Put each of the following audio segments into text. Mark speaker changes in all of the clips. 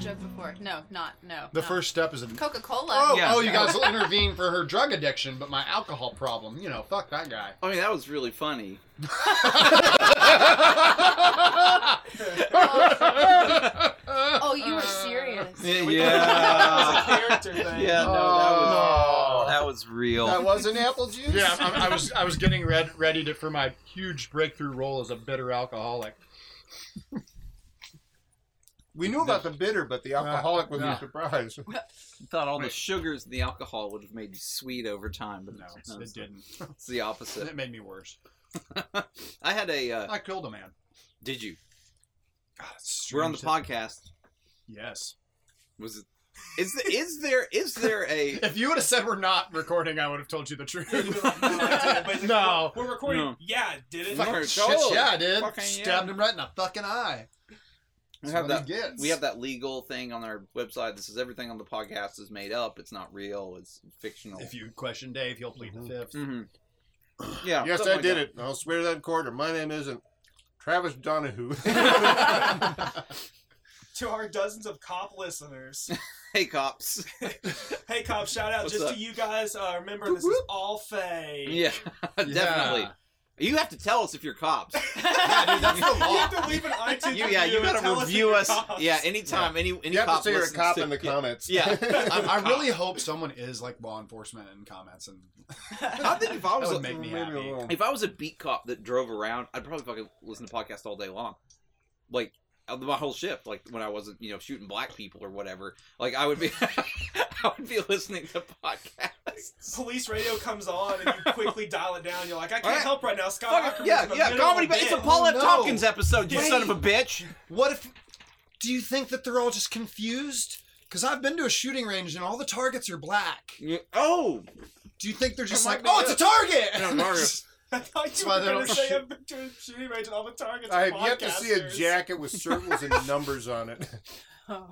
Speaker 1: Sure. No, not no.
Speaker 2: The
Speaker 1: not.
Speaker 2: first step is a.
Speaker 1: Coca Cola.
Speaker 2: Oh,
Speaker 3: Yeah.
Speaker 2: oh, you guys will intervene for her drug addiction, but my alcohol problem, you know, fuck that guy.
Speaker 3: I mean, that was really funny.
Speaker 1: Oh, you were serious.
Speaker 4: That was a character thing.
Speaker 3: yeah, no, that
Speaker 2: Oh.
Speaker 3: was, that was real.
Speaker 4: That was an apple juice.
Speaker 2: Yeah, I, I was I was getting red, ready to for my huge breakthrough role as a bitter alcoholic.
Speaker 4: we knew about the bitter, but the alcoholic was
Speaker 2: Yeah.
Speaker 4: a surprise.
Speaker 3: thought all the
Speaker 2: Right.
Speaker 3: sugars in the alcohol would have made you sweet over time, but
Speaker 2: No,
Speaker 3: it's,
Speaker 2: it didn't.
Speaker 3: it's the opposite.
Speaker 2: It made me worse.
Speaker 3: I had a. Uh,
Speaker 2: I killed a man.
Speaker 3: did you?
Speaker 2: God, it's
Speaker 3: We're on the
Speaker 2: strange
Speaker 3: podcast.
Speaker 2: that- Yes.
Speaker 3: Was it? Is the- is there is there a?
Speaker 2: If you would have said we're not recording, I would have told you the truth.
Speaker 4: You'd have been like,
Speaker 5: No, I didn't, but it's like,
Speaker 2: No.
Speaker 5: We're recording.
Speaker 3: No.
Speaker 5: Yeah, did it?
Speaker 3: Fuck.
Speaker 2: Fucking
Speaker 3: Fucker
Speaker 2: shit,
Speaker 3: told.
Speaker 2: yeah, I did.
Speaker 3: Fucking yeah.
Speaker 2: Stabbed him right in the fucking eye.
Speaker 3: We
Speaker 2: That's
Speaker 3: have
Speaker 2: what
Speaker 3: that.
Speaker 2: he gets.
Speaker 3: We have that legal thing on our website. This is everything on the podcast is made up. It's not real. It's fictional.
Speaker 2: If you question Dave, he'll plead the
Speaker 4: Mhm.
Speaker 2: fifth.
Speaker 3: hmm Yeah.
Speaker 4: yes,
Speaker 3: something
Speaker 4: I
Speaker 3: like
Speaker 4: did
Speaker 3: that.
Speaker 4: it. I'll swear that in court. Or my name isn't Travis Donahue.
Speaker 5: To our dozens of cop listeners.
Speaker 3: Hey, cops.
Speaker 5: hey, cop, shout out
Speaker 3: What's
Speaker 5: just
Speaker 3: up?
Speaker 5: to you guys. Uh, remember, this is all fake.
Speaker 3: Yeah, definitely. You have to tell us if you're cops.
Speaker 2: that's the
Speaker 5: You
Speaker 2: law.
Speaker 5: have to leave an iTunes
Speaker 3: You, yeah, you
Speaker 5: review and
Speaker 3: gotta
Speaker 5: tell if
Speaker 3: review
Speaker 5: you're
Speaker 3: us.
Speaker 5: cops.
Speaker 3: Yeah, anytime any any
Speaker 4: you have to
Speaker 3: cop
Speaker 4: say you're a
Speaker 3: listens
Speaker 4: cop
Speaker 3: to-
Speaker 4: in the
Speaker 3: yeah.
Speaker 4: comments.
Speaker 3: Yeah.
Speaker 2: I,
Speaker 3: I'm-
Speaker 2: I really hope someone is like law enforcement in comments, and
Speaker 3: I think if I
Speaker 2: that
Speaker 3: was
Speaker 2: would
Speaker 3: a,
Speaker 2: make me
Speaker 4: Leave it
Speaker 2: happy.
Speaker 4: alone.
Speaker 3: if I was a beat cop that drove around, I'd probably fucking listen to podcasts all day long, like uh, my whole shift. Like when I wasn't, you know, shooting black people or whatever. Like I would be, I would be listening to podcasts.
Speaker 5: Police radio comes on and you quickly dial it down. You're like, I can't
Speaker 3: All right.
Speaker 5: help right now. Scott
Speaker 3: Fucking-
Speaker 5: Ackerman's
Speaker 3: yeah,
Speaker 5: in the
Speaker 3: yeah,
Speaker 5: middle
Speaker 3: comedy.
Speaker 5: of
Speaker 3: Ba- it's a
Speaker 5: bit.
Speaker 3: Paul F.
Speaker 2: Oh, no.
Speaker 3: Tompkins episode. You
Speaker 5: Wait.
Speaker 3: son of a bitch.
Speaker 2: What if? Do you think that they're all just confused? Because I've been to a shooting range and all the targets are black.
Speaker 3: Oh,
Speaker 2: Do you think they're just
Speaker 3: It
Speaker 2: like,
Speaker 3: might be
Speaker 2: oh, it's a
Speaker 3: it.
Speaker 2: target?
Speaker 3: I don't know.
Speaker 5: I thought
Speaker 2: That's
Speaker 5: you
Speaker 2: why
Speaker 5: were
Speaker 2: they
Speaker 5: going to
Speaker 2: don't
Speaker 5: say
Speaker 2: shoot.
Speaker 5: a picture of shooting range and all the targets.
Speaker 4: I
Speaker 5: are
Speaker 4: have yet to see a
Speaker 5: podcasters.
Speaker 4: jacket with circles and numbers on it.
Speaker 3: no.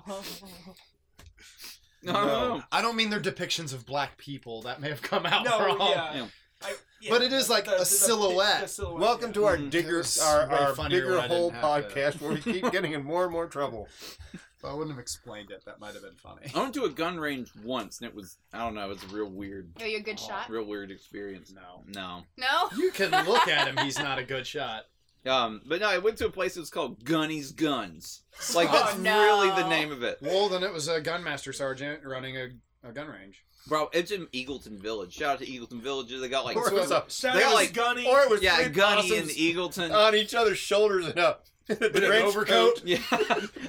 Speaker 4: No.
Speaker 2: I don't mean they're depictions of black people. That may have come out
Speaker 5: No,
Speaker 2: wrong.
Speaker 5: yeah.
Speaker 3: Yeah.
Speaker 5: I- yeah,
Speaker 2: But it is like a
Speaker 5: pic-
Speaker 2: silhouette.
Speaker 5: silhouette,
Speaker 4: Welcome
Speaker 5: yeah.
Speaker 4: to our
Speaker 3: Mm.
Speaker 4: digger,
Speaker 2: It's
Speaker 4: our,
Speaker 2: way funnier
Speaker 4: our
Speaker 2: when
Speaker 4: bigger
Speaker 2: I didn't
Speaker 4: hole
Speaker 2: have to.
Speaker 4: podcast where we keep getting in more and more trouble.
Speaker 2: If I wouldn't have explained it, that might have been funny.
Speaker 3: I went to a gun range once, and it was I don't know. It was a real weird,
Speaker 1: Are you a
Speaker 3: Oh,
Speaker 1: good shot?
Speaker 3: real weird experience.
Speaker 2: No.
Speaker 3: No.
Speaker 1: No.
Speaker 2: You can look at him. He's not a good shot.
Speaker 3: Um, but no, I went to a place that was called Gunny's Guns. Like
Speaker 1: Oh,
Speaker 3: that's
Speaker 1: no.
Speaker 3: really the name of it,
Speaker 2: Well, then it was a gunmaster sergeant running a, a gun range.
Speaker 3: bro. It's in Eagleton Village. Shout out to Eagleton Village. They got like
Speaker 4: Or it was a-
Speaker 5: Shout
Speaker 3: They
Speaker 5: out
Speaker 3: like-
Speaker 5: to Gunny.
Speaker 4: or it was
Speaker 3: yeah,
Speaker 4: three
Speaker 3: Gunny and
Speaker 4: possums
Speaker 3: Eagleton.
Speaker 2: Uh,
Speaker 4: on each other's shoulders and a
Speaker 2: an
Speaker 4: trench
Speaker 2: overcoat.
Speaker 4: coat
Speaker 3: yeah,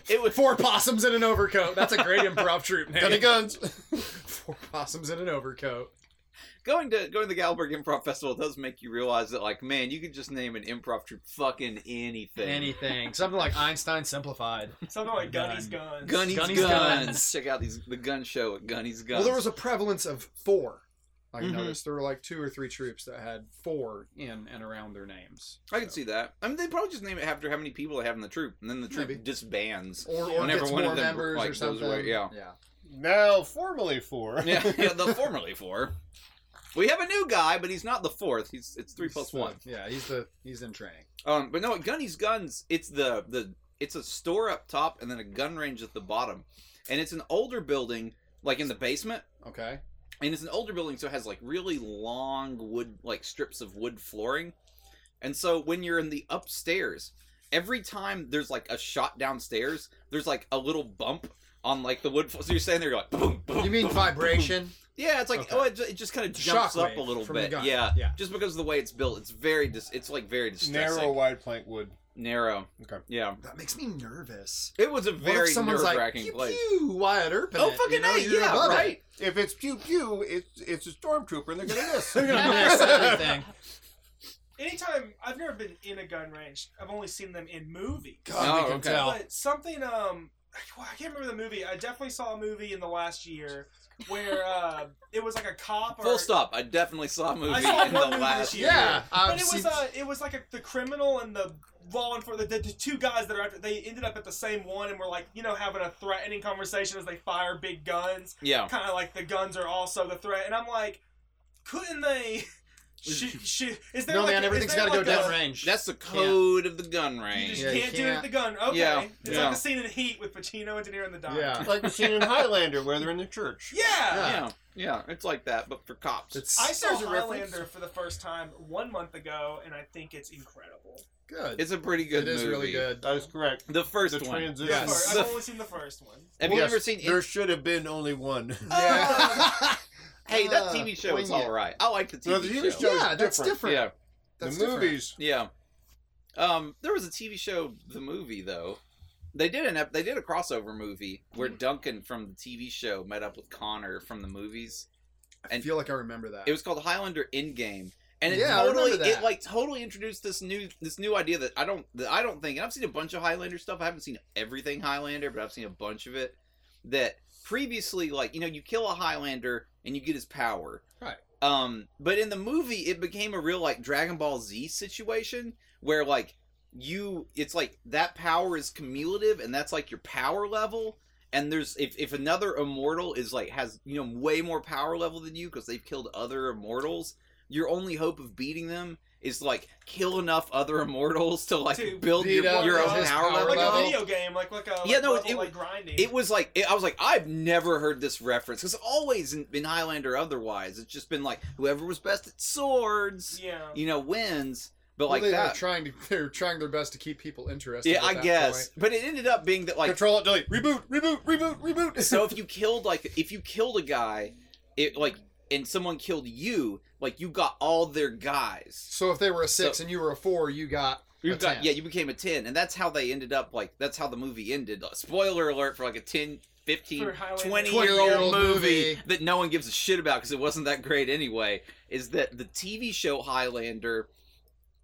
Speaker 3: it was
Speaker 2: Four possums in an overcoat. That's a great improv troupe name.
Speaker 4: and the guns.
Speaker 2: Four possums in an overcoat.
Speaker 3: going to going to the Galberg Improv Festival does make you realize that like man, you could just name an improv troupe fucking anything.
Speaker 2: Anything. Something like Einstein simplified.
Speaker 5: Something like Gunny's Guns.
Speaker 3: Gunny's,
Speaker 2: Gunny's
Speaker 3: Guns.
Speaker 2: Guns.
Speaker 3: Check out these the gun show at Gunny's Guns.
Speaker 2: Well, there was a prevalence of four. I
Speaker 3: Mhm.
Speaker 2: noticed there were like two or three troops that had four in and around their names.
Speaker 3: I could see that. I mean, they probably just name it after how many people they have in the troop, and then the troop
Speaker 2: Maybe.
Speaker 3: disbands.
Speaker 2: Or, or
Speaker 3: Whenever
Speaker 2: gets
Speaker 3: one of
Speaker 2: more
Speaker 3: them,
Speaker 2: members
Speaker 3: like,
Speaker 2: or
Speaker 3: goes
Speaker 2: something.
Speaker 3: away, yeah.
Speaker 2: Yeah.
Speaker 4: Now formally four.
Speaker 3: yeah, yeah, the formerly four. We have a new guy, but he's not the fourth. He's it's three plus
Speaker 2: He's the-
Speaker 3: one.
Speaker 2: Yeah, he's the he's in training.
Speaker 3: Um, but no, at Gunny's Guns, it's the the it's a store up top and then a gun range at the bottom, and it's an older building, like in the basement,
Speaker 2: Okay.
Speaker 3: and it's an older building, so it has like really long wood, like strips of wood flooring, and so when you're in the upstairs, every time there's like a shot downstairs, there's like a little bump on like the wood. Floor. So you're standing there, you're like, boom, boom.
Speaker 2: You mean
Speaker 3: boom, boom.
Speaker 2: vibration?
Speaker 3: Yeah, it's like
Speaker 2: Okay.
Speaker 3: oh, it, ju- it just kind of jumps up
Speaker 2: Shockwave
Speaker 3: a little
Speaker 2: from the
Speaker 3: bit.
Speaker 2: gun.
Speaker 3: Yeah,
Speaker 2: Yeah.
Speaker 3: Just because of the way it's built, it's very dis- it's like very distressing.
Speaker 4: Narrow wide plank wood.
Speaker 3: Narrow.
Speaker 4: Okay.
Speaker 3: Yeah.
Speaker 2: That makes me nervous.
Speaker 3: It was a
Speaker 2: What if
Speaker 3: very nerve
Speaker 2: someone's like,
Speaker 3: wracking
Speaker 2: pew,
Speaker 3: place.
Speaker 2: pew, Wyatt Earp. in
Speaker 3: Oh
Speaker 2: it,"
Speaker 3: fucking
Speaker 2: you know,
Speaker 3: A,
Speaker 2: you're
Speaker 3: yeah,
Speaker 2: above it.
Speaker 3: right.
Speaker 4: If it's pew pew, it's it's a stormtrooper and they're gonna miss.
Speaker 2: They're gonna miss everything.
Speaker 5: Anytime I've never been in a gun range. I've only seen them in movies.
Speaker 2: God,
Speaker 3: Oh,
Speaker 2: we can
Speaker 3: okay.
Speaker 2: tell.
Speaker 5: But something um well, I can't remember the movie. I definitely saw a movie in the last year where uh, it was like a cop or
Speaker 3: Full stop. I definitely saw a movie
Speaker 5: I saw
Speaker 3: in
Speaker 5: one
Speaker 3: the
Speaker 5: movie this
Speaker 3: last
Speaker 5: year.
Speaker 2: Yeah, um,
Speaker 5: But
Speaker 2: I've
Speaker 5: it was
Speaker 2: seen-
Speaker 5: uh, it was like a, the criminal and the law enforcement, the, the two guys that are after. They ended up at the same one and were like, you know, having a threatening conversation as they fire big guns.
Speaker 3: Yeah.
Speaker 5: Kind of like the guns are also the threat. And I'm like, couldn't they She, she, is there
Speaker 4: No,
Speaker 5: like,
Speaker 4: man,
Speaker 5: is
Speaker 4: everything's
Speaker 5: there
Speaker 4: got to go
Speaker 5: like
Speaker 4: down
Speaker 5: a-
Speaker 4: range.
Speaker 3: That's the code of the gun
Speaker 5: You just
Speaker 3: range.
Speaker 4: Yeah, you
Speaker 5: can't do it with
Speaker 4: can't.
Speaker 5: the gun. Okay.
Speaker 3: Yeah,
Speaker 5: It's
Speaker 3: yeah.
Speaker 5: like the scene in Heat with Pacino and De Niro in the dock.
Speaker 4: yeah, like the scene in Highlander where they're in the church.
Speaker 5: Yeah.
Speaker 3: Yeah, yeah, it's like that, but for cops.
Speaker 4: It's
Speaker 5: I saw
Speaker 4: there's a reference.
Speaker 5: Highlander for the first time one month ago, and I think it's incredible.
Speaker 4: Good.
Speaker 3: It's a pretty good
Speaker 4: It is
Speaker 3: movie.
Speaker 4: really good.
Speaker 5: That
Speaker 4: That
Speaker 5: is
Speaker 4: is correct.
Speaker 3: The first
Speaker 4: the
Speaker 3: one.
Speaker 4: transition.
Speaker 5: The
Speaker 2: Yes.
Speaker 5: fir-
Speaker 3: The-
Speaker 5: I've only seen the first one.
Speaker 3: Have you
Speaker 4: Yes,
Speaker 3: ever seen?
Speaker 4: There should have been only one.
Speaker 5: Uh,
Speaker 2: Yeah.
Speaker 3: hey, that
Speaker 2: Uh,
Speaker 4: Ah,
Speaker 3: TV show is
Speaker 4: poignant.
Speaker 3: all right. I like the TV
Speaker 4: No, the TV show
Speaker 2: Yeah,
Speaker 4: is
Speaker 2: that's different.
Speaker 3: Yeah,
Speaker 2: That's
Speaker 4: the
Speaker 2: different.
Speaker 4: movies.
Speaker 3: yeah. Um, there was a TV show, the movie though. They did an ep- they did a crossover movie where Duncan from the TV show met up with Connor from the movies.
Speaker 2: I
Speaker 3: And-
Speaker 2: feel like I remember that.
Speaker 3: It was called Highlander Endgame, and it
Speaker 2: Yeah, I
Speaker 3: totally
Speaker 2: remember
Speaker 3: it
Speaker 2: that.
Speaker 3: like totally introduced this new this new idea that I don't that I don't think and I've seen a bunch of Highlander stuff. I haven't seen everything Highlander, but I've seen a bunch of it that previously like you know you kill a Highlander and you get his power.
Speaker 4: Right.
Speaker 3: Um, but in the movie, it became a real like Dragon Ball Z situation where like you it's like that power is cumulative and that's like your power level and there's if, if another immortal is like has you know way more power level than you because they've killed other immortals your only hope of beating them is like kill enough other immortals to like
Speaker 5: To
Speaker 3: build
Speaker 4: beat
Speaker 3: your,
Speaker 4: up
Speaker 3: your own
Speaker 5: his
Speaker 3: power,
Speaker 4: power
Speaker 5: like
Speaker 3: level
Speaker 4: level.
Speaker 5: a video game, like like a like
Speaker 3: Yeah, no,
Speaker 5: level,
Speaker 3: it-
Speaker 5: like grinding.
Speaker 3: it was like it, i was like i've never heard this reference because always in, in highlander otherwise it's just been like whoever was best at swords
Speaker 5: yeah.
Speaker 3: you know wins but
Speaker 2: Well,
Speaker 3: like
Speaker 2: they were
Speaker 3: that
Speaker 2: trying to they were trying their best to keep people interested.
Speaker 3: yeah
Speaker 2: at
Speaker 3: i
Speaker 2: that
Speaker 3: guess
Speaker 2: point.
Speaker 3: but it ended up being that like
Speaker 4: Control it, delete, reboot, reboot, reboot, reboot.
Speaker 3: so if you killed like if you killed a guy it like and someone killed you like you got all their guys
Speaker 2: So if they were a six and you were a four, you got
Speaker 3: you
Speaker 2: a
Speaker 3: got
Speaker 2: 10.
Speaker 3: yeah you became a 10 and that's how they ended up like that's how the movie ended Uh, spoiler alert for like a 10 15
Speaker 5: For Highlander.
Speaker 3: 20 year
Speaker 2: 20-year-old
Speaker 3: old movie
Speaker 2: movie.
Speaker 3: that no one gives a shit about because it wasn't that great anyway is that the tv show highlander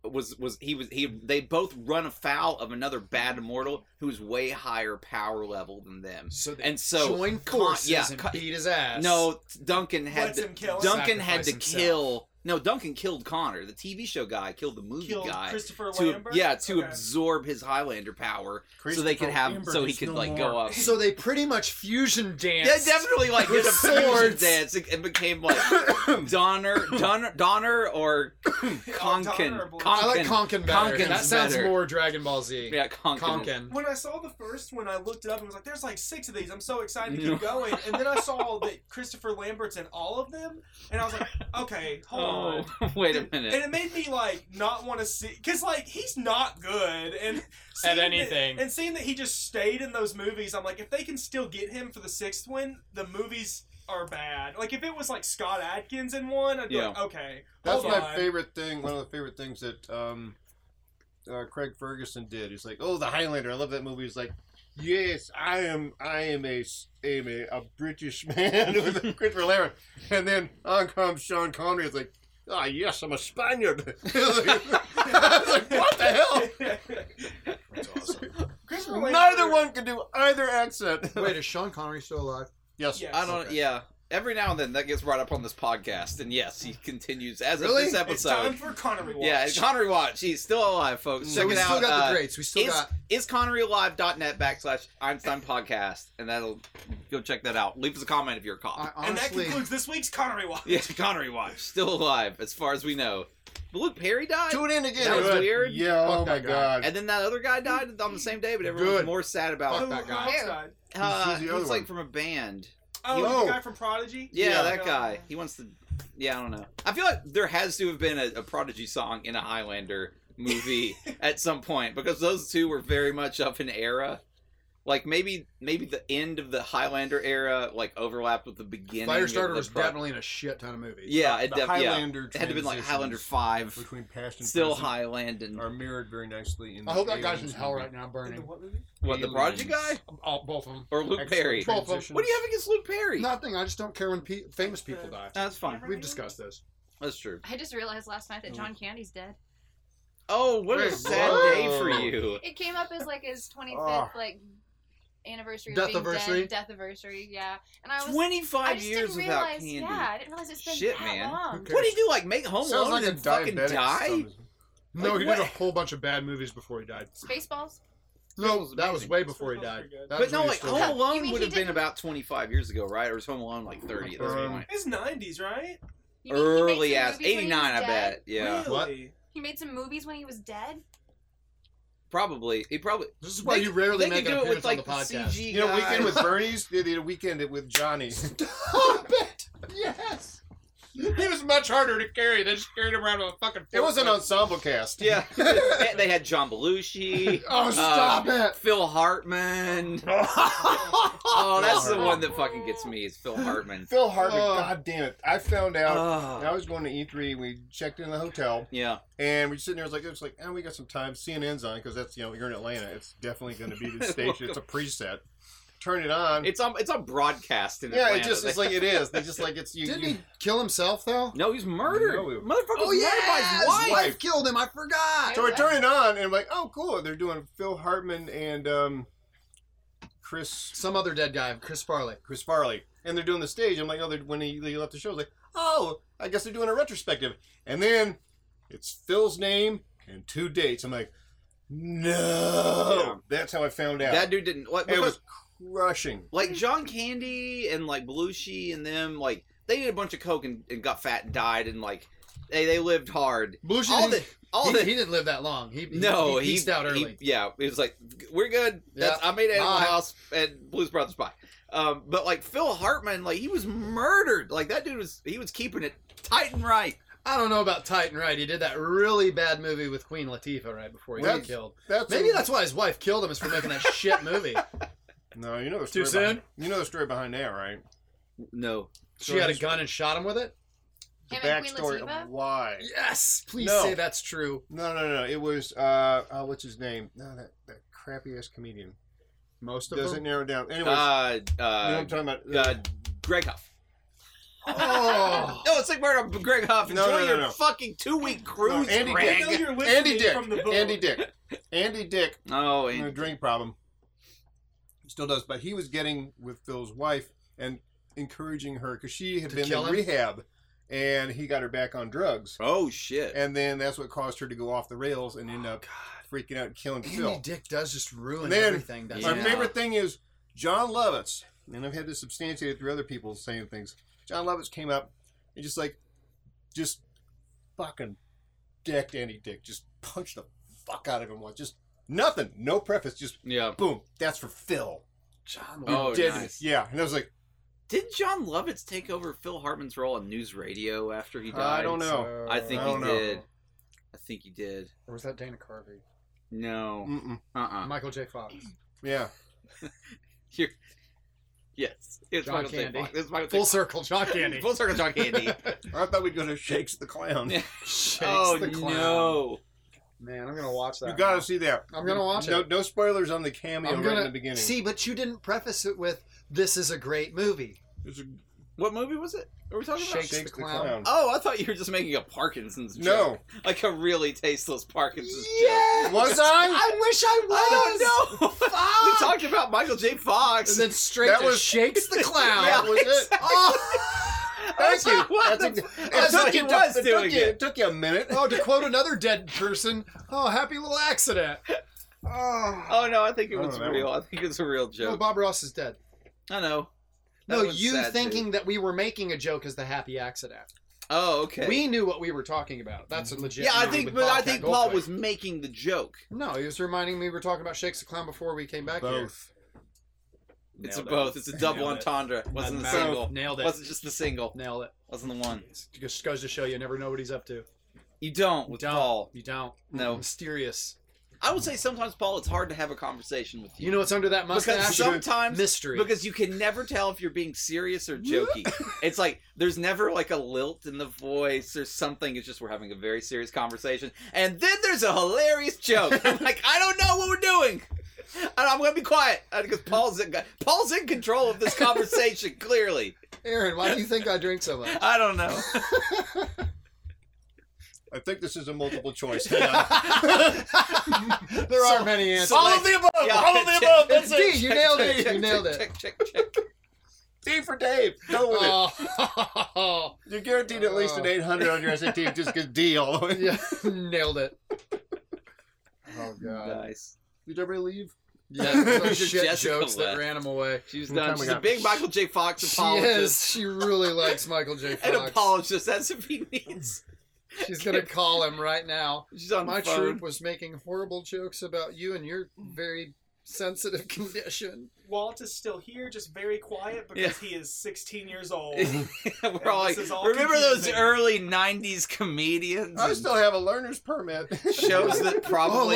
Speaker 3: was was he was he they both run afoul of another bad immortal who's way higher power level than them
Speaker 2: So they
Speaker 3: and so
Speaker 2: joined forces
Speaker 3: yeah,
Speaker 2: and
Speaker 3: con-
Speaker 2: beat his ass.
Speaker 3: No, Duncan had
Speaker 5: Lets
Speaker 3: to,
Speaker 5: him kill him.
Speaker 3: Duncan had to
Speaker 2: Sacrifice himself.
Speaker 3: kill. No, Duncan killed Connor. The TV show guy killed the movie
Speaker 5: killed
Speaker 3: guy.
Speaker 5: Christopher
Speaker 3: to
Speaker 5: Lambert.
Speaker 3: yeah, to
Speaker 5: Okay.
Speaker 3: absorb his Highlander power, so they could
Speaker 4: Christopher
Speaker 3: have, so
Speaker 4: Lambert
Speaker 3: he
Speaker 4: is
Speaker 3: could
Speaker 4: no
Speaker 3: like
Speaker 4: more.
Speaker 3: go up.
Speaker 2: So they pretty much fusion
Speaker 3: yeah,
Speaker 2: danced.
Speaker 3: definitely like
Speaker 2: With
Speaker 3: did a fusion
Speaker 2: swords.
Speaker 3: dance. It, it became like Donner, Donner, Donner, or Conkin.
Speaker 5: Donner or Blue.
Speaker 2: I like
Speaker 3: Conkin.
Speaker 2: Konkin better.
Speaker 3: Konkin's
Speaker 2: that sounds
Speaker 3: better.
Speaker 2: more Dragon Ball Z.
Speaker 3: Yeah, Conkin.
Speaker 2: Konkin.
Speaker 5: When I saw the first one, I looked it up and was like, "There's like six of these. I'm so excited to
Speaker 3: No.
Speaker 5: keep going." And then I saw that Christopher Lambert's in all of them, and I was like, "Okay, hold on."
Speaker 3: Oh, wait a
Speaker 5: And
Speaker 3: minute.
Speaker 5: it made me like not want to see because like he's not good and seeing that-
Speaker 2: anything.
Speaker 5: and seeing that he just stayed in those movies, I'm like, if they can still get him for the sixth one, the movies are bad. Like if it was like Scott Adkins in one, I'd be like, okay,
Speaker 4: That's
Speaker 5: hold
Speaker 4: my
Speaker 5: on.
Speaker 4: favorite thing. One of the favorite things that um, uh, Craig Ferguson did. He's like, "Oh, the Highlander. I love that movie." He's like, "Yes, I am. I am a s- am a, a British man with a Christopher Lambert." And then on comes Sean Connery. It's like, "Ah, yes, I'm a Spaniard." I was like, "What the hell?"
Speaker 2: That's awesome.
Speaker 5: Christopher
Speaker 3: Oh,
Speaker 5: Lambert-
Speaker 4: Neither one can do either accent.
Speaker 2: Wait, is Sean Connery still alive?
Speaker 4: yes.
Speaker 5: Yeah.
Speaker 3: I don't.
Speaker 2: Okay.
Speaker 3: Yeah. Every now and then that gets brought up on this podcast, and yes, he continues as
Speaker 2: Really?
Speaker 3: of this
Speaker 5: It's
Speaker 3: episode.
Speaker 5: time for Connery. Watch.
Speaker 3: Yeah, it's Connery Watch. He's still alive, folks.
Speaker 2: So
Speaker 3: Check
Speaker 2: we
Speaker 3: it
Speaker 2: still
Speaker 3: out.
Speaker 2: got
Speaker 3: uh,
Speaker 2: the greats. We still
Speaker 3: is,
Speaker 2: got.
Speaker 3: is ConneryAlive.net backslash Einstein podcast, and that'll go check that out. Leave us a comment if you're a cop.
Speaker 4: Uh,
Speaker 2: I
Speaker 5: and that
Speaker 2: honestly,
Speaker 5: concludes this week's Connery Watch.
Speaker 3: yeah, Connery Watch still alive as far as we know. But Luke Perry died,
Speaker 4: Tune in again.
Speaker 3: That was
Speaker 4: Good.
Speaker 3: weird.
Speaker 4: Yeah.
Speaker 2: Fuck
Speaker 4: oh my
Speaker 2: that guy.
Speaker 4: god.
Speaker 3: and then that other guy died on the same day, but everyone was
Speaker 2: Good.
Speaker 3: more sad about.
Speaker 2: Fuck
Speaker 5: Who-
Speaker 2: that
Speaker 5: who
Speaker 2: guy.
Speaker 5: else died?
Speaker 3: Uh,
Speaker 4: Who's the
Speaker 3: he
Speaker 4: other
Speaker 3: was like
Speaker 4: one?
Speaker 3: from a band.
Speaker 5: Oh,
Speaker 4: Oh.
Speaker 5: the guy from Prodigy.
Speaker 3: Yeah,
Speaker 4: Yeah.
Speaker 3: that guy. He wants to. Yeah, I don't know. I feel like there has to have been a, a Prodigy song in a Highlander movie at some point because those two were very much of an era. Like maybe maybe the end of the Highlander era like overlapped with the beginning. of
Speaker 2: Firestarter
Speaker 3: the
Speaker 2: was
Speaker 3: Pro-
Speaker 2: definitely in a shit ton of movies.
Speaker 3: Yeah, it
Speaker 4: The
Speaker 3: def- yeah.
Speaker 4: Highlander
Speaker 3: It had to have been like
Speaker 4: transitions
Speaker 3: Highlander Five,
Speaker 4: between past and
Speaker 3: still
Speaker 4: present.
Speaker 3: Highland and
Speaker 4: are mirrored very nicely in.
Speaker 2: I
Speaker 4: the
Speaker 2: hope that guy's in
Speaker 4: aliens
Speaker 2: hell
Speaker 4: movie.
Speaker 2: right now,
Speaker 5: In the
Speaker 2: burning.
Speaker 5: what movie?
Speaker 3: what the Prodigy guy
Speaker 2: All, both of them.
Speaker 3: or Luke
Speaker 4: Excellent
Speaker 3: Perry.
Speaker 2: Well,
Speaker 4: transitions.
Speaker 3: What do you have against Luke Perry?
Speaker 2: Nothing. I just don't care when pe- famous people die.
Speaker 3: That's fine.
Speaker 2: We've discussed this.
Speaker 3: That's true.
Speaker 1: I just realized last night that John Candy's dead.
Speaker 3: Oh, what a
Speaker 4: Wait,
Speaker 3: sad
Speaker 4: what?
Speaker 3: day for you.
Speaker 1: It came up as like his 25th
Speaker 4: Ah.
Speaker 1: like anniversary. of
Speaker 2: Death
Speaker 1: being
Speaker 2: anniversary?
Speaker 1: Dead, death anniversary. Yeah. And I was. I
Speaker 3: Twenty-five
Speaker 1: just
Speaker 3: years
Speaker 1: didn't realize.
Speaker 3: without candy.
Speaker 1: Yeah, I didn't realize it's been
Speaker 3: Shit,
Speaker 1: that
Speaker 3: man.
Speaker 1: long.
Speaker 2: Okay.
Speaker 3: What do you do? Like make home
Speaker 4: Sounds
Speaker 3: alone
Speaker 4: like a
Speaker 3: and fucking
Speaker 4: diabetic.
Speaker 3: die?
Speaker 2: No,
Speaker 3: Like,
Speaker 2: he
Speaker 3: what-
Speaker 2: did a whole bunch of bad movies before he died.
Speaker 1: Spaceballs.
Speaker 2: No,
Speaker 3: was
Speaker 2: that was
Speaker 3: amazing.
Speaker 2: way before he
Speaker 5: Spaceballs
Speaker 2: died.
Speaker 5: pretty
Speaker 2: That
Speaker 5: good.
Speaker 3: But
Speaker 2: was
Speaker 3: no,
Speaker 2: when he
Speaker 3: like
Speaker 2: was still-
Speaker 3: Home
Speaker 1: You
Speaker 3: Alone
Speaker 1: mean
Speaker 3: would
Speaker 1: he
Speaker 3: have been
Speaker 1: didn't-
Speaker 3: about twenty five years ago, right? Or was Home Alone like thirty at this
Speaker 4: Um,
Speaker 3: point?
Speaker 5: It's nineties, right?
Speaker 1: He made- he made some
Speaker 3: Early ass.
Speaker 1: movies when he was
Speaker 3: 89, I
Speaker 1: dead?
Speaker 3: bet. Yeah.
Speaker 5: Really?
Speaker 1: He made some movies when he was dead.
Speaker 3: Probably. He probably.
Speaker 2: This is
Speaker 3: They
Speaker 2: why you rarely
Speaker 3: They
Speaker 2: make
Speaker 3: could
Speaker 2: an
Speaker 3: do it
Speaker 2: appearance
Speaker 3: with like
Speaker 2: on
Speaker 3: the
Speaker 2: the podcast.
Speaker 3: CG.
Speaker 4: You know, weekend with
Speaker 3: guys.
Speaker 4: Bernie's, the, the weekend with Johnny's.
Speaker 2: Stop it! Yes.
Speaker 4: He was much harder to carry. They just carried him around with a fucking. It was an ensemble cast.
Speaker 3: Yeah. They- they had John Belushi,
Speaker 2: Oh, stop
Speaker 3: Phil Hartman.
Speaker 2: it!
Speaker 3: Oh, that's the
Speaker 4: Hartman.
Speaker 3: one that fucking gets me is Phil Hartman.
Speaker 4: Phil Hartman.
Speaker 2: Oh.
Speaker 4: God damn it! I found out. I
Speaker 3: Oh.
Speaker 4: was going to E3. We checked in the hotel,
Speaker 3: Yeah.
Speaker 4: and we're sitting there. It's like it's like, oh, we got some time. CNN's on because that's you know you're in Atlanta. It's definitely going to be the station. it's a preset. Turn it on.
Speaker 3: It's on it's on broadcast in
Speaker 4: yeah,
Speaker 3: Atlanta.
Speaker 4: it just
Speaker 3: They-
Speaker 4: is like it is. They just like it's you.
Speaker 2: Didn't
Speaker 4: you-
Speaker 2: he kill himself though?
Speaker 3: No, Oh, he's murdered.
Speaker 4: No, he-
Speaker 3: Motherfucker was murdered by his wife.
Speaker 2: killed him. I forgot.
Speaker 4: So I turn it on, and I'm like, oh, cool. They're doing Phil Hartman and um, Chris
Speaker 2: Some other dead guy, Chris Farley.
Speaker 4: Chris Farley, and they're doing the stage. I'm like, oh, they're, when he, he left the show, I was like, oh, I guess they're doing a retrospective. And then it's Phil's name and two dates. I'm like, no.
Speaker 3: Yeah.
Speaker 4: That's how I found out.
Speaker 3: That dude didn't. Like,
Speaker 4: it
Speaker 3: because-
Speaker 4: was crushing.
Speaker 3: like John Candy and like Belushi and them. Like they did a bunch of coke and, and got fat and died and like they they lived hard.
Speaker 2: Belushi.
Speaker 3: All
Speaker 2: didn't-
Speaker 3: the all
Speaker 2: he,
Speaker 3: the
Speaker 2: he didn't live that long. He he-
Speaker 3: no,
Speaker 2: he
Speaker 3: he
Speaker 2: peaced out
Speaker 3: he-
Speaker 2: early.
Speaker 3: yeah, it was like we're good. That's, I made Animal
Speaker 2: Bye.
Speaker 3: House and Blues Brothers Bye. Um, but like Phil Hartman, like he was murdered. Like that dude was he was keeping it tight and right.
Speaker 2: I don't know about Titan Right. He did that really bad movie with Queen Latifah right before he got
Speaker 4: That's-
Speaker 2: killed.
Speaker 4: That's
Speaker 2: Maybe that's why his wife killed him is for making that shit movie.
Speaker 4: no. You know the story
Speaker 2: Too
Speaker 4: Behind, you know the story behind that, right?
Speaker 3: No,
Speaker 2: She had a gun and shot him with it.
Speaker 4: The
Speaker 1: Him and Queen
Speaker 4: backstory
Speaker 1: Latifah?
Speaker 4: of why.
Speaker 2: Yes. Please
Speaker 4: No.
Speaker 2: say that's true.
Speaker 4: No, no, no. It was uh, oh, what's his name? No, that that crappy ass comedian.
Speaker 2: Most of them.
Speaker 4: Doesn't narrow down. Anyways,
Speaker 3: uh,
Speaker 4: you know
Speaker 3: uh,
Speaker 4: what I'm talking about.
Speaker 3: uh, Greg Huff.
Speaker 2: Oh.
Speaker 3: No, it's like murder of Greg Huff.
Speaker 4: No,
Speaker 3: Enjoy
Speaker 4: no, no,
Speaker 3: your
Speaker 4: no.
Speaker 3: fucking two week cruise,
Speaker 4: Andy
Speaker 5: I
Speaker 3: Greg.
Speaker 5: know you're listening
Speaker 4: Andy Dick.
Speaker 5: from the boat.
Speaker 4: Andy Dick. Andy Dick.
Speaker 3: Oh,
Speaker 4: had
Speaker 3: and
Speaker 4: a drink problem. Still does, but he was getting with Phil's wife and encouraging her because she had
Speaker 2: To
Speaker 4: been
Speaker 2: kill
Speaker 4: in
Speaker 2: him?
Speaker 4: rehab, and he got her back on drugs,
Speaker 3: oh shit.
Speaker 4: and then that's what caused her to go off the rails and end up freaking out and killing
Speaker 2: Oh, Andy
Speaker 4: Phil.
Speaker 2: Dick does just ruin
Speaker 4: And then-
Speaker 2: everything. Doesn't
Speaker 4: My
Speaker 3: Yeah.
Speaker 2: he?
Speaker 4: favorite thing is John Lovitz, and I've had this substantiated through other people saying things. John Lovitz came up and just like, just fucking decked Andy Dick, just punched the fuck out of him once, just nothing, no preface, just
Speaker 3: Yeah.
Speaker 4: boom, that's for Phil.
Speaker 2: John.
Speaker 4: We
Speaker 3: Oh,
Speaker 4: did
Speaker 3: nice.
Speaker 4: it. Yeah, and I was like,
Speaker 3: Did John Lovitz take over Phil Hartman's role on News Radio after he died?
Speaker 4: I don't know.
Speaker 3: I think
Speaker 4: I
Speaker 3: he
Speaker 4: don't know.
Speaker 3: did. I think he did.
Speaker 2: Or was that Dana Carvey?
Speaker 3: No.
Speaker 4: Mm-mm.
Speaker 3: Uh uh
Speaker 2: Michael J. Fox.
Speaker 4: Yeah,
Speaker 3: Yes. It was
Speaker 2: John
Speaker 3: Michael J.
Speaker 2: Candy.
Speaker 3: Fox. It was Michael J.
Speaker 2: Full circle, John Candy.
Speaker 3: Full circle John Candy.
Speaker 4: I thought we'd go to Shakes the Clown.
Speaker 3: Yeah.
Speaker 2: Shakes
Speaker 3: oh,
Speaker 2: the clown.
Speaker 3: no.
Speaker 2: Man, I'm gonna watch that.
Speaker 4: You gotta see that.
Speaker 2: I'm gonna watch
Speaker 4: no,
Speaker 2: it.
Speaker 4: No spoilers on the cameo
Speaker 2: I'm
Speaker 4: right
Speaker 2: gonna
Speaker 4: in the beginning.
Speaker 2: See, but you didn't preface it with "This is a great movie."
Speaker 4: It's a-
Speaker 3: What movie was it? Are we talking about?
Speaker 2: Shakes the Clown.
Speaker 3: Oh, I thought you were just making a Parkinson's joke.
Speaker 4: No,
Speaker 3: No. Like a really tasteless Parkinson's joke.
Speaker 4: was I?
Speaker 2: I wish I was.
Speaker 3: I don't know. we talked about Michael J. Fox.
Speaker 2: And then straight
Speaker 4: That
Speaker 2: to
Speaker 4: was-
Speaker 2: shakes the clown.
Speaker 3: Yeah.
Speaker 4: That was it.
Speaker 2: Oh,
Speaker 3: I
Speaker 4: Thank
Speaker 3: was like,
Speaker 4: you.
Speaker 3: what
Speaker 4: That's
Speaker 3: the
Speaker 4: ex-
Speaker 3: That's
Speaker 4: took
Speaker 3: what he
Speaker 4: you-
Speaker 3: was
Speaker 4: it
Speaker 3: doing
Speaker 4: Took you,
Speaker 3: it.
Speaker 4: it took you a minute.
Speaker 2: oh, to quote another dead person. Oh, happy little accident. Oh,
Speaker 3: Oh no, I think it
Speaker 4: I don't
Speaker 3: was
Speaker 4: know that
Speaker 3: real. I think it's a real joke.
Speaker 2: no, Bob Ross is dead.
Speaker 3: I know. That
Speaker 2: No,
Speaker 3: one's
Speaker 2: you
Speaker 3: sad,
Speaker 2: thinking
Speaker 3: dude.
Speaker 2: that we were making a joke is the happy accident.
Speaker 3: Oh, okay.
Speaker 2: We knew what we were talking about. That's a legit.
Speaker 3: yeah, I
Speaker 2: movie
Speaker 3: think,
Speaker 2: with
Speaker 3: but I
Speaker 2: Bobcat
Speaker 3: think Paul
Speaker 2: Goldthwait.
Speaker 3: was making the joke.
Speaker 2: No, he was reminding me we were talking about Shakes the Clown before we came back here.
Speaker 4: Both.
Speaker 3: It's a
Speaker 5: Nailed it.
Speaker 3: both. It's a double
Speaker 5: Nailed it.
Speaker 3: entendre. Wasn't the
Speaker 2: Doesn't matter.
Speaker 3: single.
Speaker 2: Nailed it.
Speaker 3: Wasn't just the single.
Speaker 2: Nailed it.
Speaker 3: Wasn't the one.
Speaker 2: It's- It just goes to show you never know what he's up to.
Speaker 3: You don't
Speaker 2: You
Speaker 3: with
Speaker 2: don't.
Speaker 3: Paul.
Speaker 2: You don't.
Speaker 3: No.
Speaker 2: Mysterious.
Speaker 3: I would say sometimes Paul, it's hard to have a conversation with you.
Speaker 2: You know what's under that
Speaker 3: because
Speaker 2: mustache?
Speaker 3: sometimes
Speaker 2: Mystery.
Speaker 3: because you can never tell if you're being serious or jokey. it's like there's never like a lilt in the voice or something. It's just we're having a very serious conversation, and then there's a hilarious joke. I'm like I don't know what we're doing. And I'm gonna be quiet uh, because Paul's in, Paul's in control of this conversation. clearly,
Speaker 2: Aaron, why do you think I drink so much?
Speaker 3: I don't know.
Speaker 4: I think this is a multiple choice.
Speaker 2: there
Speaker 4: Hang on.
Speaker 2: are many answers.
Speaker 3: so like-
Speaker 2: the above.
Speaker 3: Yeah, check-
Speaker 2: That's
Speaker 3: check,
Speaker 2: D. You
Speaker 3: check,
Speaker 2: nailed
Speaker 3: check,
Speaker 2: it.
Speaker 3: check,
Speaker 2: You nailed
Speaker 3: check,
Speaker 2: it.
Speaker 3: Check, check, check.
Speaker 4: D for Dave. Go with
Speaker 3: Uh,
Speaker 4: it.
Speaker 2: Oh.
Speaker 4: You're guaranteed at least an 800 on your SAT just because D all the way.
Speaker 2: yeah, nailed it. Oh god.
Speaker 3: Nice.
Speaker 4: Did everybody leave?
Speaker 3: That-
Speaker 2: those
Speaker 3: those are
Speaker 2: shit
Speaker 3: Jessica
Speaker 2: jokes that
Speaker 3: Lange.
Speaker 2: ran him away.
Speaker 6: She's
Speaker 4: One time
Speaker 6: done.
Speaker 4: I
Speaker 3: She's
Speaker 6: She's
Speaker 3: a
Speaker 4: got-
Speaker 3: big Michael J. Fox
Speaker 2: She is.
Speaker 3: apologist.
Speaker 2: She really likes Michael J. Fox.
Speaker 3: An apologist. That's if he needs.
Speaker 2: She's gonna call him right now.
Speaker 3: She's on
Speaker 2: My
Speaker 3: the phone.
Speaker 2: troop was making horrible jokes about you and your very sensitive condition.
Speaker 5: Walt is still here, just very quiet because he is 16 years old.
Speaker 2: Mm-hmm.
Speaker 3: We're all like,
Speaker 5: This is all
Speaker 3: remember those
Speaker 5: confusing.
Speaker 3: early '90s comedians?
Speaker 4: I
Speaker 3: and
Speaker 4: still have a learner's permit.
Speaker 3: Mm-hmm. shows that probably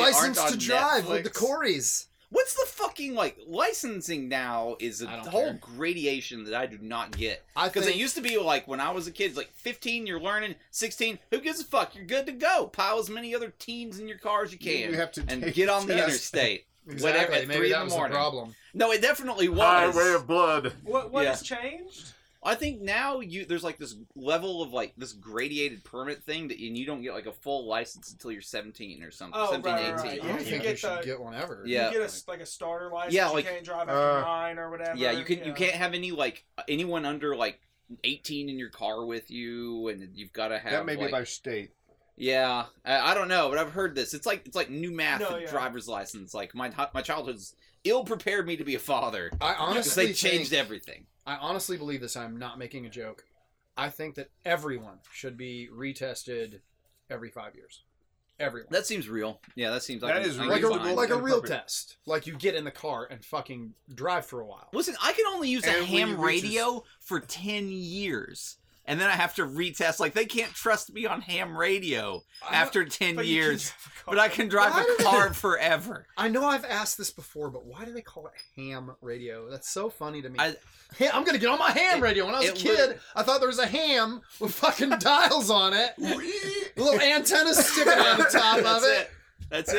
Speaker 2: oh, license
Speaker 3: aren't
Speaker 2: to
Speaker 3: on
Speaker 2: drive with the
Speaker 3: Netflix.
Speaker 2: Coreys.
Speaker 3: What's the fucking like licensing now? Is a
Speaker 6: I don't
Speaker 3: whole
Speaker 6: care.
Speaker 3: gradation that I do not get
Speaker 2: I
Speaker 3: because it
Speaker 2: think
Speaker 3: used to be like when I was a kid, it's like 15, you're learning, 16, who gives a fuck? You're good to go. Pile as many other teens in your car as you
Speaker 4: You-
Speaker 3: can,
Speaker 4: you have to
Speaker 3: and
Speaker 4: take
Speaker 3: get on the
Speaker 4: tests.
Speaker 3: interstate.
Speaker 2: exactly.
Speaker 3: whatever, at
Speaker 2: Maybe
Speaker 3: three in
Speaker 2: that
Speaker 3: the
Speaker 2: was
Speaker 3: morning.
Speaker 2: the problem.
Speaker 3: No, it definitely was.
Speaker 4: Highway of blood.
Speaker 5: What what
Speaker 3: Yeah.
Speaker 5: has changed?
Speaker 3: I think now you there's like this level of like this gradated permit thing that and you don't get like a full license until you're 17 or something,
Speaker 5: Oh,
Speaker 3: 17,
Speaker 5: right, right,
Speaker 3: 18.
Speaker 2: I
Speaker 5: Yeah,
Speaker 2: don't
Speaker 5: you
Speaker 2: think
Speaker 5: get
Speaker 2: you should
Speaker 5: the-
Speaker 2: get one ever.
Speaker 3: Yeah.
Speaker 5: You get a s- like a starter license.
Speaker 3: Yeah,
Speaker 5: Yeah, like,
Speaker 3: like-
Speaker 5: you can't drive
Speaker 4: Uh,
Speaker 5: after nine or whatever.
Speaker 3: Yeah, you can
Speaker 5: yeah.
Speaker 3: you can't have any like anyone under like 18 in your car with you, and you've got to have
Speaker 4: That may be
Speaker 3: like-
Speaker 4: by state.
Speaker 3: Yeah, I, I don't know, but I've heard this. It's like it's like new math
Speaker 5: No,
Speaker 3: and
Speaker 5: yeah.
Speaker 3: driver's license. Like my my childhood's ill prepared me to be a father
Speaker 2: I
Speaker 3: because
Speaker 2: honestly
Speaker 3: they changed
Speaker 2: think,
Speaker 3: everything.
Speaker 2: I honestly believe this. I'm not making a joke. I think that everyone should be retested every five years. Everyone.
Speaker 3: That seems real. Yeah, that seems
Speaker 4: That
Speaker 3: like
Speaker 4: is
Speaker 3: I can
Speaker 2: like a,
Speaker 4: reasonable.
Speaker 3: find
Speaker 2: like a
Speaker 3: it.
Speaker 2: real
Speaker 4: Appropriate.
Speaker 2: test. Like you get in the car and fucking drive for a while.
Speaker 3: Listen, I can only use a
Speaker 4: And when
Speaker 3: ham
Speaker 4: you reach
Speaker 3: radio for ten years, and then I have to retest. Like they can't trust me on ham radio
Speaker 2: I-
Speaker 3: after ten
Speaker 5: But you can
Speaker 3: years,
Speaker 5: drive a car.
Speaker 3: but I can drive
Speaker 2: Why do
Speaker 3: a
Speaker 2: they-
Speaker 3: car forever.
Speaker 2: I know I've asked this before, but why do they call it ham radio? That's so funny to me.
Speaker 3: I-
Speaker 2: Hey, I'm gonna get on my ham
Speaker 3: It-
Speaker 2: radio. When I was a
Speaker 3: it
Speaker 2: kid,
Speaker 3: lit-
Speaker 2: I thought there was a ham with fucking dials on it, little antennas sticking out the top of it.
Speaker 3: That's it. That's
Speaker 2: I know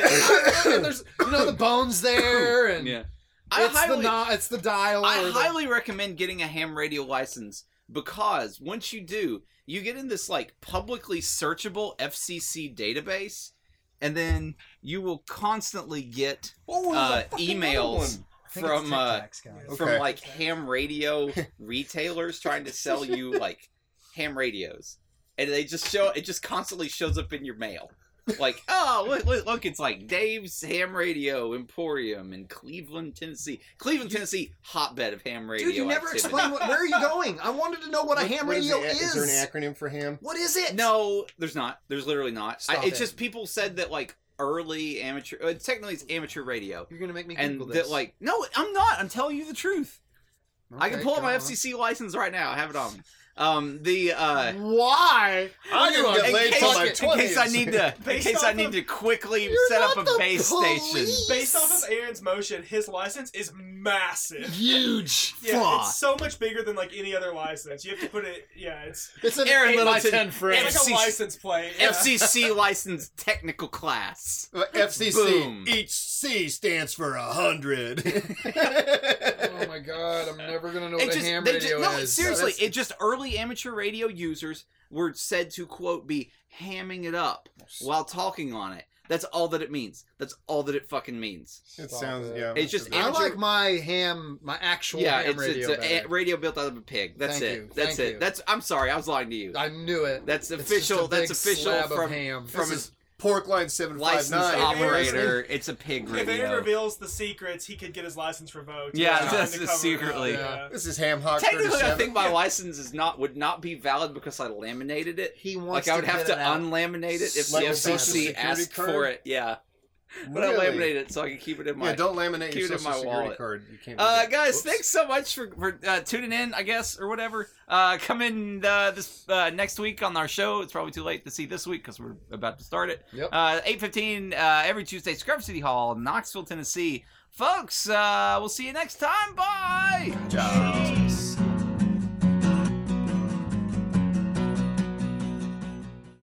Speaker 2: that
Speaker 3: it.
Speaker 2: there's you know the bones there, and
Speaker 3: yeah, I
Speaker 2: it's
Speaker 3: highly,
Speaker 2: the no, it's the dial.
Speaker 3: I
Speaker 2: or the-
Speaker 3: highly recommend getting a ham radio license because once you do, you get in this like publicly searchable FCC database, and then you will constantly get
Speaker 4: What was
Speaker 3: uh,
Speaker 4: the fucking other
Speaker 3: emails
Speaker 4: one?
Speaker 7: I think it's
Speaker 3: from uh,
Speaker 7: Tic Tacs, guys.
Speaker 4: Okay.
Speaker 3: from like ham radio retailers trying to sell you like ham radios, and they just show it just constantly shows up in your mail. Like oh look look, look it's like Dave's Ham Radio Emporium in Cleveland Tennessee Cleveland Tennessee hotbed of ham radio
Speaker 2: Dude, you never
Speaker 3: activity.
Speaker 2: explained what, where are you going. I wanted to know what, a ham
Speaker 4: is
Speaker 2: radio
Speaker 4: the-
Speaker 2: is.
Speaker 4: Is there an acronym for ham?
Speaker 2: what is it?
Speaker 3: No, there's not. There's literally not. I,
Speaker 2: Stop
Speaker 3: it's
Speaker 2: it.
Speaker 3: just people said that like early amateur. Uh, technically, it's amateur radio,
Speaker 2: you're gonna make me
Speaker 3: and
Speaker 2: Google this.
Speaker 3: that like no, I'm not. I'm telling you the truth. I can
Speaker 2: Okay,
Speaker 3: pull up my
Speaker 2: go on.
Speaker 3: FCC license right now. I have it on. me. Um, the uh,
Speaker 2: Why?
Speaker 4: I didn't
Speaker 2: Are you
Speaker 4: get
Speaker 2: a
Speaker 3: in
Speaker 4: laid
Speaker 3: case,
Speaker 4: till my
Speaker 3: in case I
Speaker 4: 20s.
Speaker 3: need to, in
Speaker 5: Based
Speaker 3: case I
Speaker 5: off
Speaker 3: need
Speaker 5: of-
Speaker 3: to quickly
Speaker 2: You're
Speaker 3: set up
Speaker 2: not
Speaker 3: a
Speaker 2: the
Speaker 3: base station.
Speaker 5: Based off of Aaron's motion, his license is massive.
Speaker 2: huge
Speaker 5: Yeah,
Speaker 2: flaw.
Speaker 5: it's so much bigger than like any other license. You have to put it. Yeah, it's
Speaker 2: It's an
Speaker 3: Aaron
Speaker 2: eight by
Speaker 3: Littleton,
Speaker 2: ten frame.
Speaker 5: it's like
Speaker 3: FC
Speaker 5: a license plate. Yeah.
Speaker 3: FCC license technical class.
Speaker 4: Uh, FCC.
Speaker 3: Boom.
Speaker 4: Each C stands for a hundred.
Speaker 2: Oh my god, I'm never gonna know
Speaker 3: It
Speaker 2: what a
Speaker 3: just-
Speaker 2: ham
Speaker 3: they
Speaker 2: radio
Speaker 3: ju- no,
Speaker 2: is.
Speaker 3: seriously,
Speaker 2: That's-
Speaker 3: it just early amateur radio users were said to quote be hamming it up while talking on it. That's all that it means. That's all that it fucking means.
Speaker 4: it
Speaker 2: Stop
Speaker 4: sounds
Speaker 2: it.
Speaker 4: yeah.
Speaker 3: It's just
Speaker 2: I
Speaker 3: amateur-
Speaker 2: like my ham, my actual
Speaker 3: yeah,
Speaker 2: ham
Speaker 3: it's
Speaker 2: radio.
Speaker 3: it's a, a
Speaker 2: better.
Speaker 3: radio built out of a pig. That's
Speaker 2: Thank
Speaker 3: it.
Speaker 2: you.
Speaker 3: That's
Speaker 2: Thank
Speaker 3: it.
Speaker 2: you.
Speaker 3: That's I'm sorry, I was lying to you.
Speaker 2: I knew it.
Speaker 3: That's
Speaker 2: It's just a
Speaker 3: official. That's
Speaker 2: big
Speaker 3: official
Speaker 2: slab of
Speaker 3: from
Speaker 2: ham.
Speaker 4: This
Speaker 3: from
Speaker 4: is
Speaker 3: his
Speaker 4: pork line seven five
Speaker 3: licensed
Speaker 4: nine.
Speaker 3: operator. It's a pig
Speaker 5: If Aaron
Speaker 3: radio.
Speaker 5: reveals the secrets, he could get his license revoked.
Speaker 3: Yeah,
Speaker 5: He's
Speaker 3: that's just
Speaker 5: trying to cover it up.
Speaker 3: secretly.
Speaker 5: Yeah.
Speaker 4: This is ham hock thirty
Speaker 3: Technically, I
Speaker 4: seven.
Speaker 3: think my license is not would not be valid because I laminated it.
Speaker 2: he
Speaker 3: Like
Speaker 2: wants.
Speaker 3: I would
Speaker 2: get
Speaker 3: have to
Speaker 2: it out.
Speaker 3: unlaminate it if
Speaker 4: Like
Speaker 3: the
Speaker 4: a social
Speaker 3: FCC
Speaker 4: security
Speaker 3: asked
Speaker 4: card?
Speaker 3: for it. Yeah. But
Speaker 4: really?
Speaker 3: I laminate it so I can keep it in my.
Speaker 4: Yeah, don't laminate
Speaker 3: Keep it
Speaker 4: your
Speaker 3: in
Speaker 4: social
Speaker 3: my
Speaker 4: security
Speaker 3: wallet.
Speaker 4: card. You can't. do
Speaker 3: uh,
Speaker 4: that.
Speaker 3: guys,
Speaker 4: Whoops.
Speaker 3: thanks so much for, for uh, tuning in, I guess, or whatever. Uh, come in uh, this uh, next week on our show. It's probably too late to see this week because we're about to start it.
Speaker 2: Yep.
Speaker 3: Uh, Eight fifteen uh, every Tuesday, Scrub City Hall, Knoxville, Tennessee. Folks, uh, we'll see you next time. Bye.
Speaker 4: Jobs.